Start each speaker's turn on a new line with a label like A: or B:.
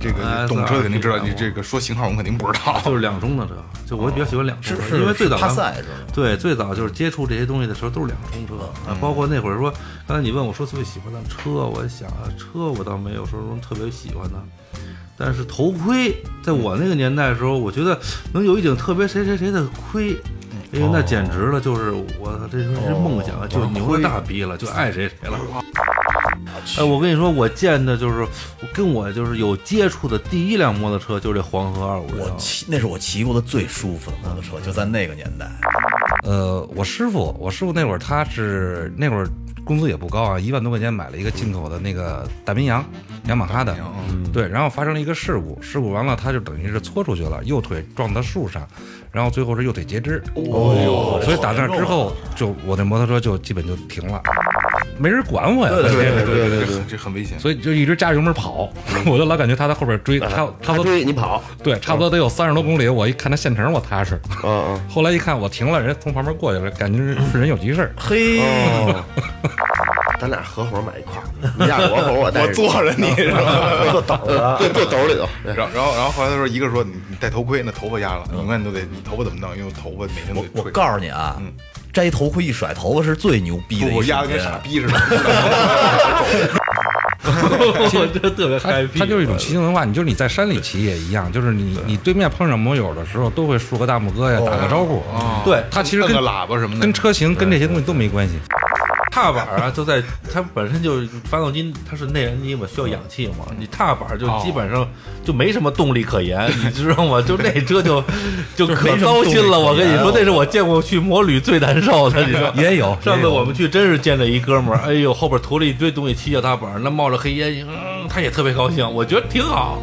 A: 这个
B: 啊
A: 懂车的肯定知道，
B: SRT
A: 你这个说型号我们肯定不知 道。
B: 就是两中的车，就我比较喜欢两中的，
C: 哦是
B: 因为最早
C: 帕
B: 咱们
C: 赛是吗？
B: 对最早就是接触这些东西的时候都是两冲车
C: 嗯
B: 啊，包括那会儿说，刚才你问我说最喜欢的车，我想啊，车我倒没有说什么特别喜欢的，但是头盔，在我那个年代的时候，我觉得能有一顶特别谁谁谁的盔。哎呦，
C: 哦
B: 那简直了！就是我这是梦想，啊就牛了大逼了，就爱谁谁了。哎，我跟你说，我见的就是我跟我就是有接触的第一辆摩托车，就是这黄河二五
A: 嗯
C: 我
B: 零。
C: 骑那是我骑过的最舒服的摩托车，就在那个年代。
A: 哦
D: 呃，我师傅，我师傅那会儿他是那会儿工资也不高啊，一万多块钱买了一个进口的那个大宾羊，雅马哈的，嗯对，然后发生了一个事故，事故完了他就等于是搓出去了，右腿撞到树上，然后最后是右腿截肢，哦所以打那之后就我那摩托车就基本就停了，没人管我呀，对
A: 对对对对，这很危险。
D: 所以就一直加油门跑，我就老感觉他在后 边追，他他都
E: 追你跑，
D: 对，差不多得有三十多公里，我一看他现成，我踏实。
E: 嗯嗯，
D: 后来一看我停了，人从旁边过去了，感觉是人有急事儿。
C: 嘿，
E: 咱俩合伙买一块儿，你压着我后我带着
A: 我
E: 你
A: 坐着你是吧？
E: 坐兜儿，对，坐兜里头。对
A: 然后然后然后后来他说，一个说你你戴头盔，那头发压了，永远都得你头发怎么弄？因为我头发每天都
C: 我
A: 得
C: 我
A: 吹
C: 告诉你啊，摘头盔一甩头发是最牛逼
A: 嗯
C: 的
A: 不，
C: 一
A: 我
C: 瞬
A: 压的跟
C: 间。
A: 傻逼似的。
B: 我真的特别
D: 他
B: happy，
D: 他就是一种骑行文化，你就是你在山里骑也一样，就是你你对面碰上摩友的时候，都会竖个大拇哥呀，打个招呼。
A: 哦
B: 对
D: 他其实
A: 摁
D: 跟
A: 啊个喇叭什么的，
D: 跟车型跟这些东西都没关系。
B: 踏板啊，就在它本身就是发动机，它是内燃机嘛，需要氧气嘛。你踏板就基本上就没什么动力可言，你知道吗？就那车就 就可糟心了。我跟你说，那是我见过去摩旅最难受的。你说
D: 也有
B: 上次我们去真是见着一哥们儿，哎呦，后边驮了一堆东西，骑小踏板，那冒着黑烟，嗯，他也特别高兴，我觉得挺好。